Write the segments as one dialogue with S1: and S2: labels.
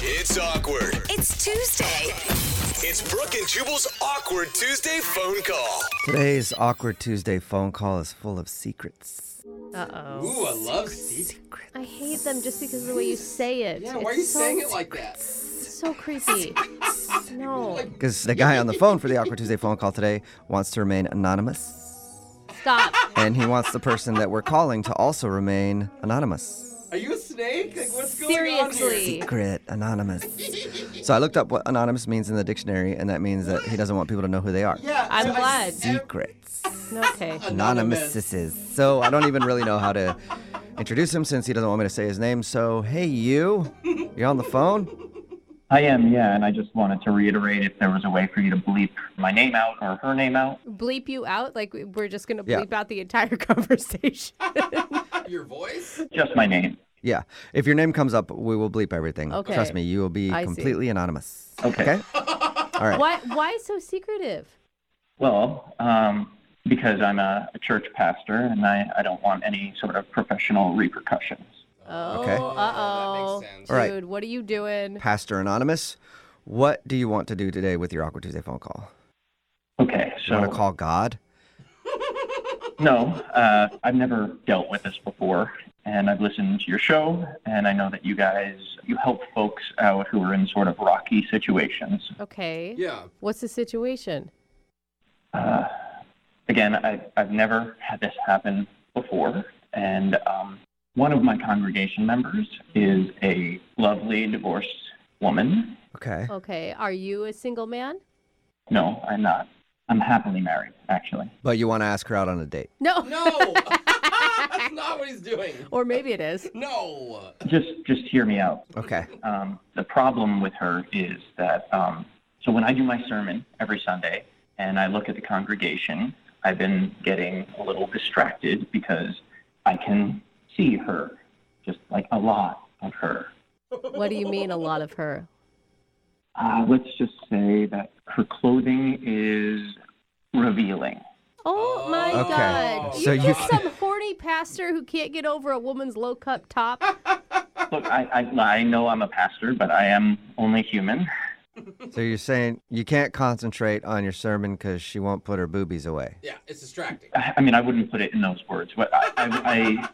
S1: It's awkward.
S2: It's Tuesday.
S1: It's Brooke and Jubal's awkward Tuesday phone call.
S3: Today's Awkward Tuesday phone call is full of secrets.
S4: Ooh, I love Steve.
S5: I hate them just because of the way you say it.
S4: Yeah, why are
S5: It's
S4: you
S5: so,
S4: saying it like that?
S5: It's so creepy. no,
S3: Because the guy on the phone for the Awkward Tuesday phone call today wants to remain anonymous,
S5: stop.
S3: and he wants the person that we're calling to also remain anonymous.
S4: Are you a snake? Like, what's going on here?
S5: Seriously.
S3: Secret anonymous. So I looked up what anonymous means in the dictionary, and that means that he doesn't want people to know who they are.
S4: Yeah,
S5: I'm
S4: so I-
S5: glad.
S3: Secrets.
S5: Okay.
S3: Anonymous. So I don't even really know how to introduce him since he doesn't want me to say his name. So, hey, you. You're on the phone?
S6: I am, yeah, and I just wanted to reiterate if there was a way for you to bleep my name out or her name out.
S5: Bleep you out? Like we're just gonna
S3: Yeah.
S5: bleep out the entire conversation.
S4: Your voice?
S6: Just my name.
S3: Yeah. If your name comes up, we will bleep everything. Trust
S5: Okay.
S3: me, you will be
S5: I see.
S3: completely anonymous.
S6: Okay.
S3: All right.
S5: why? Why so secretive?
S6: Well, um, because I'm a, a church pastor and I, I don't want any sort of professional repercussions.
S5: Oh,
S3: Okay.
S5: uh oh.
S4: That makes sense.
S3: All right.
S5: Dude, what are you doing?
S3: Pastor Anonymous, what do you want to do today with your Awkward Tuesday phone call?
S6: Okay,
S3: You want to
S6: so
S3: call God?
S6: no, uh, I've never dealt with this before, and I've listened to your show, and I know that you guys you help folks out who are in sort of rocky situations.
S5: Okay.
S4: Yeah.
S5: What's the situation?
S6: Uh, again, I, I've never had this happen before, and um, one of my congregation members is a lovely divorced woman.
S3: Okay.
S5: Okay. Are you a single man?
S6: No, I'm not. I'm happily married, actually.
S3: But you want to ask her out on a date.
S5: No.
S4: No! That's not what he's doing.
S5: Or maybe it is.
S4: No!
S6: Just, just hear me out.
S3: Okay.
S6: Um, the problem with her is that um, so when I do my sermon every Sunday and I look at the congregation, I've been getting a little distracted because I can see her, just like a lot of her.
S5: What do you mean? A lot of her.
S6: Uh, let's just say that her clothing is revealing.
S5: Oh my
S3: Okay.
S4: Oh.
S5: God!
S3: So
S5: you
S3: you-
S5: just some horny pastor who can't get over a woman's low cut top.
S6: Look, I, I, I know I'm a pastor, but I am only human.
S3: So you're saying you can't concentrate on your sermon because she won't put her boobies away.
S4: Yeah, it's distracting.
S6: I I mean, I wouldn't put it in those words, but I, I, I,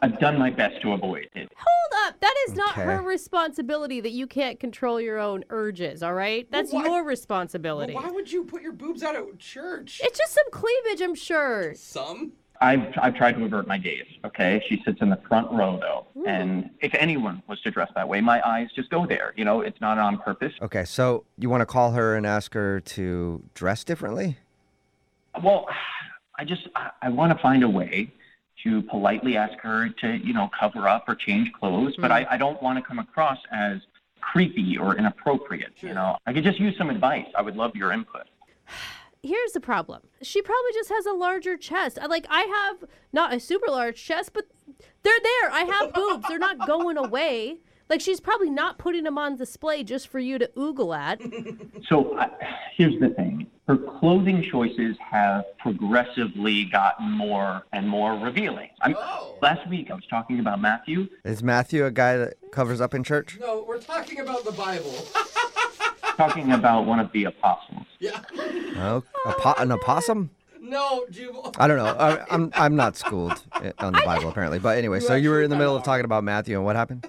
S6: I've done my best to avoid it.
S5: Hold up. That is not her
S3: Okay.
S5: responsibility that you can't control your own urges, all right? That's
S4: why-
S5: your
S4: But
S5: responsibility.
S4: why would you put your boobs out at church?
S5: It's just some cleavage, I'm sure.
S4: Some?
S6: I've, I've tried to avert my gaze, okay? She sits in the front row, though. And if anyone was to dress that way, my eyes just go there. You know, it's not on purpose.
S3: Okay. So you want to call her and ask her to dress differently?
S6: Well, I just I, I want to find a way to politely ask her to you know cover up or change clothes, but I, I don't want to come across as creepy or inappropriate. You know, I could just use some advice. I would love your input.
S5: Here's the problem. She probably just has a larger chest. I- Like I have not a super large chest, but they're there. I have boobs. They're not going away. Like she's probably not putting them on display just for you to oogle at.
S6: So I, here's the thing: her clothing choices have progressively gotten more and more revealing. I'm,
S4: Oh.
S6: Last week I was talking about Matthew.
S3: Is Matthew a guy that covers up in church?
S4: No, we're talking about the Bible.
S6: Talking about one of the apostles.
S4: yeah.
S3: Oh, a po- an opossum?
S4: No, Jubal.
S3: I don't know. I, I'm I'm not schooled i- on the Bible apparently, but anyway. So you were in the middle of talking about Matthew and what happened?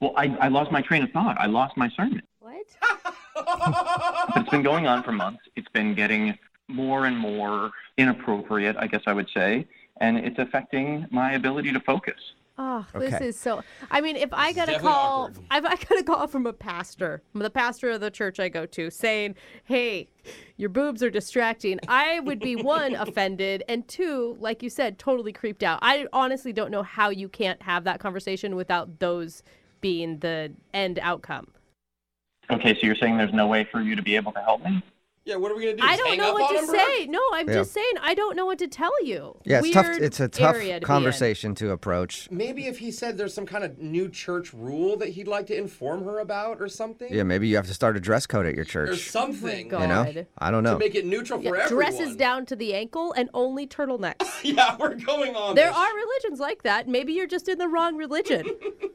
S6: Well, I, I lost my train of thought. I lost my sermon.
S5: What?
S6: But it's been going on for months. It's been getting more and more inappropriate, I guess I would say, and it's affecting my ability to focus.
S5: Oh, this
S3: Okay.
S5: is so. I mean, if I got a
S4: definitely
S5: call,
S4: awkward.
S5: if I got a call from a pastor, from the pastor of the church I go to, saying, "Hey, your boobs are distracting," I would be one offended and two, like you said, totally creeped out. I honestly don't know how you can't have that conversation without those being the end outcome.
S6: Okay, so you're saying there's no way for you to be able to help me?
S4: Yeah, what are we going to do?
S5: I
S4: Just
S5: don't
S4: hang
S5: know
S4: up
S5: what
S4: on
S5: to
S4: him, Brooke?
S5: say. No, I'm
S3: Yeah.
S5: just saying I don't know what to tell you.
S3: Yeah, it's tough.
S5: Weird
S3: It's a tough
S5: area to be in.
S3: conversation to approach.
S4: Maybe if he said there's some kind of new church rule that he'd like to inform her about or something?
S3: Yeah, maybe you have to start a dress code at your
S4: Or
S3: church.
S4: something.
S5: Oh God.
S3: You know,
S5: God.
S3: I don't know.
S4: To make it neutral for
S5: Yeah,
S4: everyone.
S5: dresses down to the ankle and only turtlenecks.
S4: Yeah, we're going on.
S5: There
S4: this.
S5: are religions like that. Maybe you're just in the wrong religion.
S6: I-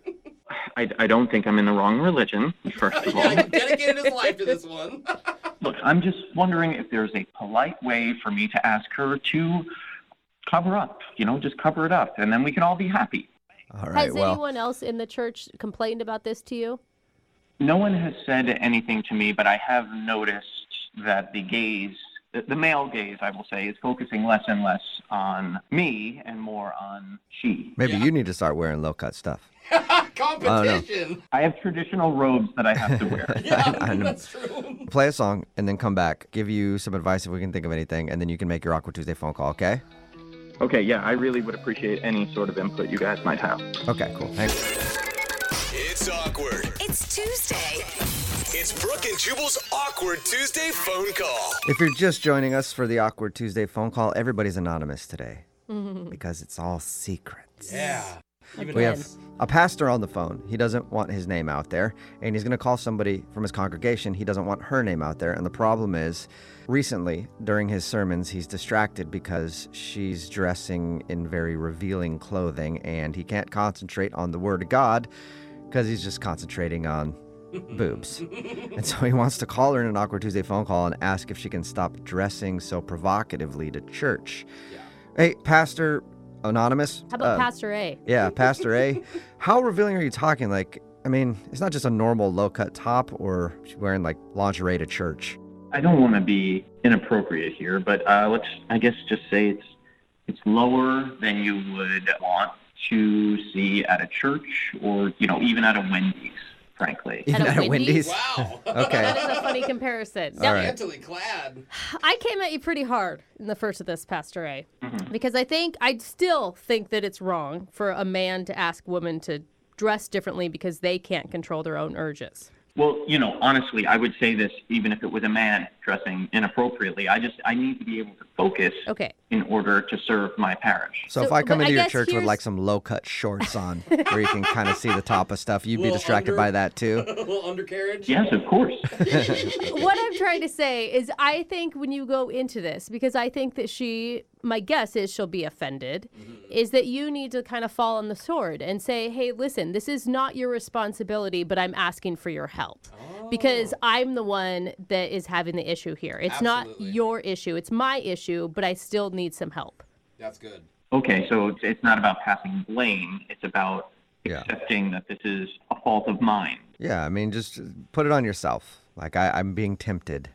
S6: I, I don't think I'm in the wrong religion, first of all.
S4: yeah, he dedicated his life to this one.
S6: Look, I'm just wondering if there's a polite way for me to ask her to cover up, you know, just cover it up, and then we can all be happy.
S3: All right.
S5: Has
S3: Well,
S5: anyone else in the church complained about this to you?
S6: No one has said anything to me, but I have noticed that the gaze, the the male gaze, I will say, is focusing less and less on me and more on she.
S3: maybe you need to start wearing low cut stuff.
S4: Competition.
S6: I have traditional robes that I have to wear.
S4: Yeah,
S3: I know.
S4: that's true.
S3: Play a song and then come back. Give you some advice if we can think of anything, and then you can make your awkward Tuesday phone call. Okay.
S6: okay, yeah, I really would appreciate any sort of input you guys might have.
S3: Okay. Cool. Thanks.
S1: It's awkward.
S2: It's Tuesday.
S1: It's Brooke and Jubal's awkward Tuesday phone call.
S3: If you're just joining us for the awkward Tuesday phone call, everybody's anonymous today because it's all secrets.
S4: Yeah.
S3: We have a pastor on the phone. He doesn't want his name out there, and he's going to call somebody from his congregation. He doesn't want her name out there. And the problem is, recently during his sermons, he's distracted because she's dressing in very revealing clothing, and he can't concentrate on the Word of God because he's just concentrating on boobs. and so he wants to call her in an Awkward Tuesday phone call and ask if she can stop dressing so provocatively to church. Hey, Pastor Anonymous.
S5: How about
S3: uh,
S5: Pastor A?
S3: yeah, Pastor A. How revealing are you talking? Like, I mean, it's not just a normal low cut top or she's wearing like lingerie to church.
S6: I don't want to be inappropriate here, but uh, let's, I guess, just say it's it's lower than you would want to see at a church or you know even at a Wendy's, frankly.
S5: At a Wendy's?
S4: Wow.
S5: That
S3: Okay.
S5: is a funny comparison.
S3: All right.
S4: Scantily clad.
S5: I came at you pretty hard in the first of this, Pastor A,
S3: Mm-hmm.
S5: because I think I still think that it's wrong for a man to ask women to dress differently because they can't control their own urges.
S6: Well, you know, honestly, I would say this even if it was a man dressing inappropriately. I just I need to be able to focus
S5: Okay.
S6: in order to serve my parish.
S3: So, if
S5: So,
S3: I come
S5: but
S3: into
S5: I
S3: your
S5: guess
S3: church with
S5: here's-
S3: like some low cut shorts on, where you can kind of see the top of stuff, you'd be
S4: Little
S3: distracted
S4: under-
S3: by that too.
S4: A little undercarriage.
S6: Yes, of course.
S5: what I'm trying to say is, I think when you go into this, because I think that she, my guess is she'll be offended, is that you need to kind of fall on the sword and say, hey, listen, this is not your responsibility, but I'm asking for your help. Because I'm the one that is having the issue here. It's
S4: Absolutely.
S5: not your issue, it's my issue, but I still need some help.
S4: That's good.
S6: okay, so it's, it's not about passing blame. It's about
S3: Yeah.
S6: accepting that this is a fault of mine.
S3: Yeah, I mean, just put it on yourself. Like, I, I'm being tempted.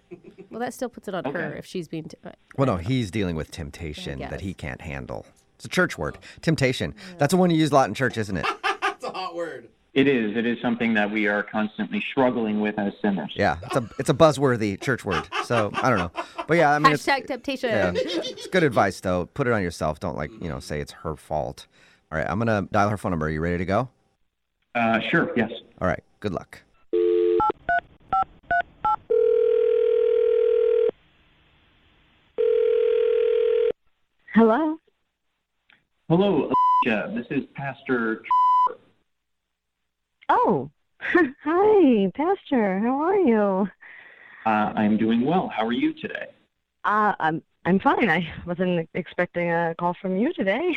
S5: Well, that still puts it on her
S6: Okay.
S5: if she's being. T- uh,
S3: Well, no, he's dealing with temptation
S5: guess.
S3: that he can't handle. It's a church word, temptation. That's the one you use a lot in church, isn't it?
S4: That's a hot word.
S6: It is. It is something that we are constantly struggling with as sinners.
S3: Yeah, it's a it's a buzzworthy church word. So I don't know, but yeah, I mean, it's-
S5: Hashtag temptation.
S3: Yeah. it's good advice though. Put it on yourself. Don't like, you know, say it's her fault. All right, I'm gonna dial her phone number. Are you ready to go?
S6: Uh, sure. Yes.
S3: All right, good luck.
S7: Hello.
S6: Hello, Alicia. This is Pastor.
S7: Oh, hi, Pastor. How are you?
S6: Uh, I'm doing well. How are you today?
S7: Uh, I'm I'm fine. I wasn't expecting a call from you today.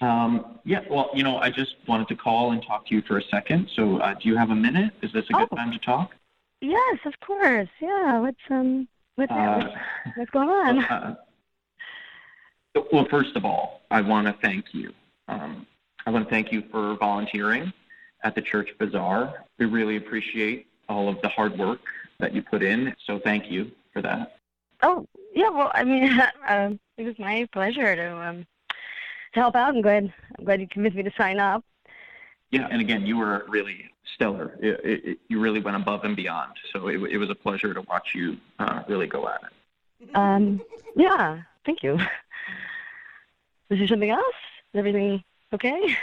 S6: Um, yeah. Well, you know, I just wanted to call and talk to you for a second. So, uh, do you have a minute? Is this a good
S7: Oh.
S6: time to talk?
S7: Yes, of course. Yeah. What's um what's
S6: Uh,
S7: what's going on?
S6: uh, well, first of all, I want to thank you. Um, I want to thank you for volunteering at the church bazaar. We really appreciate all of the hard work that you put in. So, thank you for that.
S7: Oh, yeah. Well, I mean, um, it was my pleasure to um to help out. I'm glad I'm glad you convinced me to sign up.
S6: Yeah, and again, you were really stellar. It, it, it- you really went above and beyond. So it, it was a pleasure to watch you uh, really go at it.
S7: Um, yeah. Thank you. Was there something else? Is everything okay?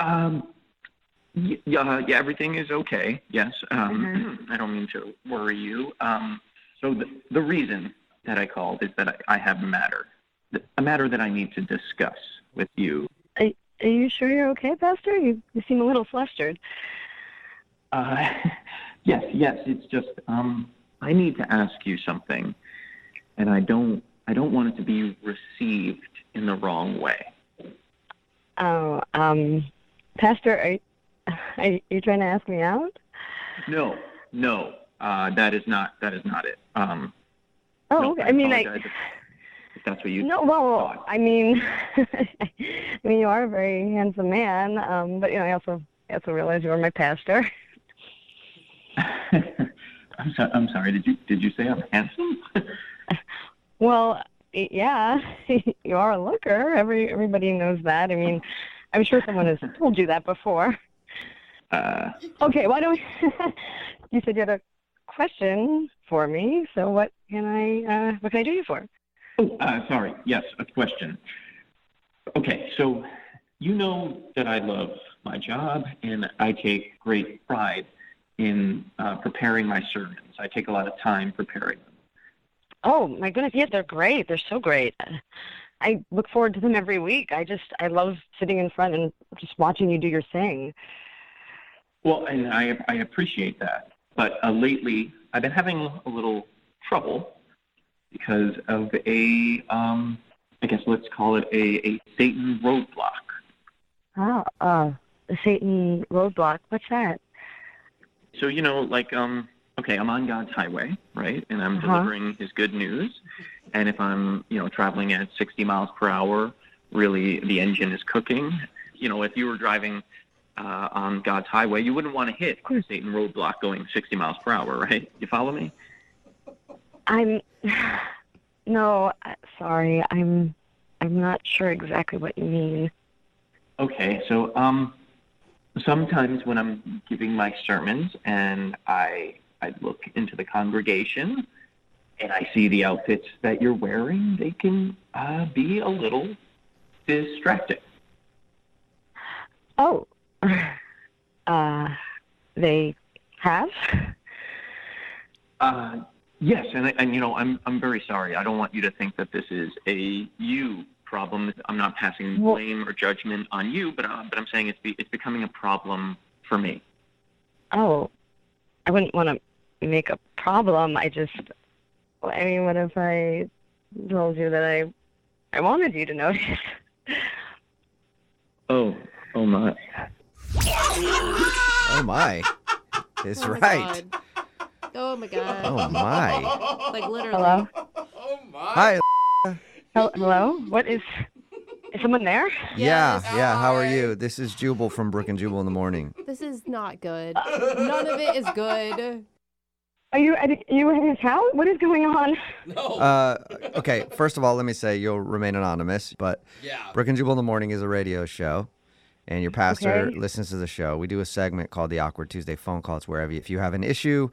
S6: Um, y- yeah, uh, yeah, everything is okay. Yes, um, I don't mean to worry you. Um, so the, the reason that I called is that I, I have a matter, th- a matter that I need to discuss with you.
S7: Are you sure you're okay, Pastor? You you seem a little flustered.
S6: Uh, yes, yes, it's just um, I need to ask you something, and I don't, I don't want it to be received in the wrong way.
S7: Oh, um, Pastor, are, Are you, you trying to ask me out?
S6: No, no, uh, that is not that is not it. Um,
S7: Oh,
S6: no,
S7: okay. I mean, like,
S6: apologize if, if that's what you.
S7: no, well,
S6: thought.
S7: I mean, I mean, you are a very handsome man, um, but you know, I also, I also realize you are my pastor.
S6: I'm, so, I'm sorry. Did you did you say I'm handsome?
S7: Well, y- yeah, you are a looker. Every everybody knows that. I mean, I'm sure someone has told you that before.
S6: uh,
S7: Okay, why don't we? you said you had a question for me, so what can I? Uh, what can I do you for?
S6: Uh, sorry, yes, a question. Okay, so you know that I love my job and I take great pride in uh, preparing my sermons. I take a lot of time preparing them.
S7: Oh my goodness, yeah, they're great. They're so great. I look forward to them every week. I just I love sitting in front and just watching you do your thing.
S6: Well, and I, I appreciate that. But uh, lately, I've been having a little trouble because of a, um, I guess let's call it a, a Satan roadblock.
S7: Oh, uh, the Satan roadblock. What's that?
S6: So you know, like, um, okay, I'm on God's highway, right? And I'm
S7: Uh-huh.
S6: delivering His good news. And if I'm, you know, traveling at 60 miles per hour, really the engine is cooking. You know, if you were driving uh, on God's highway, you wouldn't want to hit a Satan roadblock going 60 miles per hour, right? You follow me?
S7: I'm no, uh, sorry. I'm I'm not sure exactly what you mean.
S6: Okay, so um, sometimes when I'm giving my sermons and I I look into the congregation and I see the outfits that you're wearing, they can uh, be a little distracting.
S7: Oh, uh, they have.
S6: Uh, yes, and I- and you know I'm I'm very sorry. I don't want you to think that this is a you problem. I'm not passing
S7: Well-
S6: blame or judgment on you, but uh, but I'm saying it's be, it's becoming a problem for me.
S7: Oh, I wouldn't want to make a problem. I just, I mean, what if I told you that I, I wanted you to notice?
S6: Oh, oh my.
S3: Oh my. It's
S5: Oh my
S3: right.
S5: God. Oh my god.
S3: Oh my.
S5: Like literally.
S7: Hello,
S4: Oh my.
S3: Hi.
S7: Hel- hello. What is? Is someone there?
S3: Yeah,
S5: Yes.
S3: yeah. How are you? This is Jubal from Brook and Jubal in the morning.
S5: This is not good. None of it is good.
S7: Are you at, you in his house? What is going on?
S4: No.
S3: Uh, okay. First of all, let me say you'll remain anonymous, but
S4: yeah.
S3: Brook and Jubal in the morning is a radio show, and your pastor
S7: Okay.
S3: listens to the show. We do a segment called the Awkward Tuesday Phone Call. It's wherever if you have an issue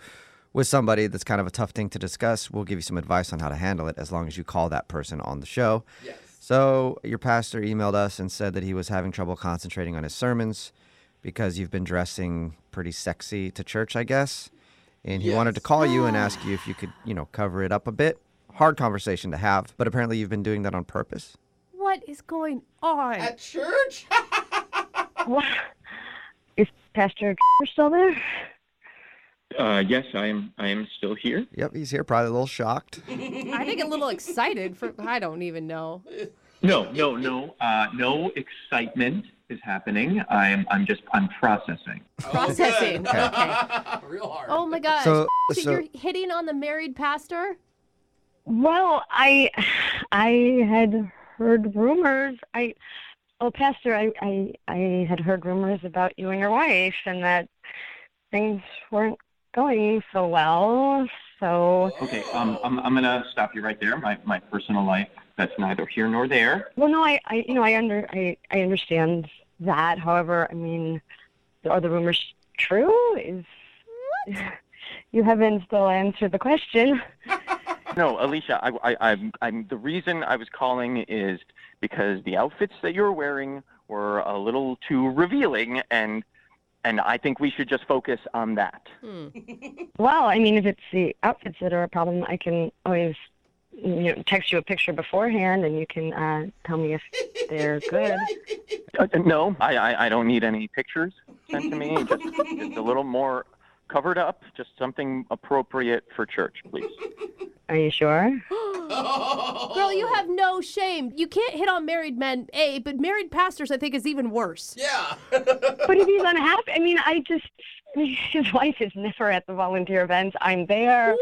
S3: with somebody that's kind of a tough thing to discuss, we'll give you some advice on how to handle it as long as you call that person on the show.
S4: Yes.
S3: So your pastor emailed us and said that he was having trouble concentrating on his sermons because you've been dressing pretty sexy to church, I guess. And he wanted to call you and ask you if you could, you know, cover it up a bit. Hard conversation to have, but apparently you've been doing that on purpose.
S5: What is going on?
S4: At church?
S7: What? Is Pastor still there?
S6: Uh, yes, I am. I am still here.
S3: Yep, he's here, probably a little shocked.
S5: I think a little excited for I don't even know.
S6: No, no, no, uh, no excitement is happening. I'm, I'm just, I'm processing.
S5: Processing.
S3: Okay.
S5: Okay.
S4: Real hard.
S5: Oh my gosh.
S3: So,
S5: So
S3: so
S5: you're hitting on the married pastor?
S7: Well, I I had heard rumors. I oh, Pastor, I I, I had heard rumors about you and your wife, and that things weren't going so well. So,
S6: Okay, um, I'm, I'm gonna stop you right there. My, my personal life, that's neither here nor there.
S7: well, no, I, I you know I under I, I understand that. However, I mean, are the rumors true? Is you haven't still answered the question.
S6: No, Alicia, I, I, I'm, I'm. The reason I was calling is because the outfits that you're wearing were a little too revealing, and, and I think we should just focus on that.
S5: Hmm.
S7: Well, I mean, if it's the outfits that are a problem, I can always you know text you a picture beforehand, and you can uh, tell me if they're good.
S6: Uh, no, I, I, I don't need any pictures sent to me. Just, just a little more covered up, just something appropriate for church, please.
S7: Are you sure?
S5: Oh. Girl, you have no shame. You can't hit on married men, A, but married pastors, I think, is even worse.
S4: Yeah. Oh,
S7: but if he's unhappy, I mean, I just, his wife is never at the volunteer events. I'm there.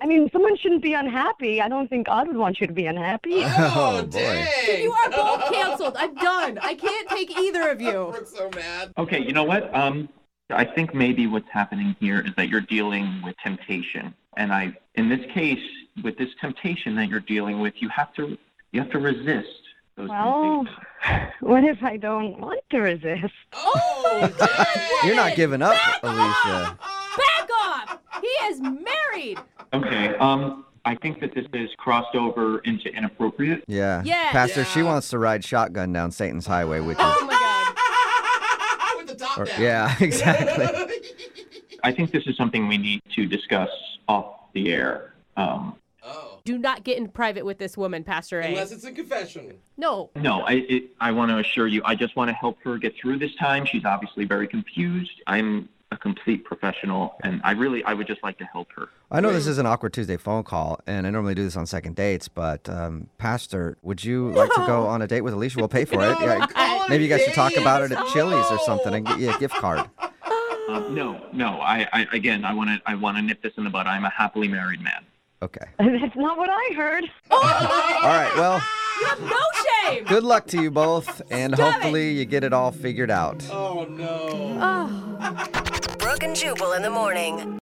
S7: I mean, someone shouldn't be unhappy. I don't think God would want you to be unhappy.
S4: oh,
S3: boy.
S4: dang.
S5: You are both canceled. I'm done. I can't take either of you.
S4: Brooke's so mad.
S6: Okay, you know what? Um, I think maybe what's happening here is that you're dealing with temptation, and I, in this case, with this temptation that you're dealing with, you have to you have to resist those
S7: Well,
S6: temptations.
S7: what if I don't want to resist?
S4: Oh, dang.
S3: You're not giving up, Alicia.
S5: Back off! He is married.
S6: Okay. Um, I think that this is crossed over into inappropriate.
S3: Yeah.
S5: Yes.
S3: Pastor, she
S4: Yeah.
S3: wants to ride shotgun down Satan's highway with you.
S5: Oh my god.
S4: With the top
S3: Or-
S4: down.
S3: yeah, exactly.
S6: I think this is something we need to discuss off the air. Um,
S4: Oh.
S5: Do not get in private with this woman, Pastor A.
S4: Unless it's a confession.
S5: No.
S6: no, I it, I want to assure you. I just want to help her get through this time. She's obviously very confused. I'm a complete professional, and I really I would just like to help her.
S3: I know this is an awkward Tuesday phone call, and I normally do this on second dates, but um, Pastor, would you like to go on a date with Alicia? We'll pay for it. Yeah,
S4: call it
S3: maybe you guys should talk
S4: dates.
S3: about it at Chili's or something
S4: No.
S3: and get you a gift card.
S6: Um, no, no. I, I again, I want to I want to nip this in the bud. I'm a happily married man.
S3: Okay.
S7: That's not what I heard.
S3: All right. Well,
S5: No shame.
S3: good luck to you both, and hopefully you get it all figured out.
S4: Oh, no.
S5: Oh.
S2: Brooke and Jubal in the morning.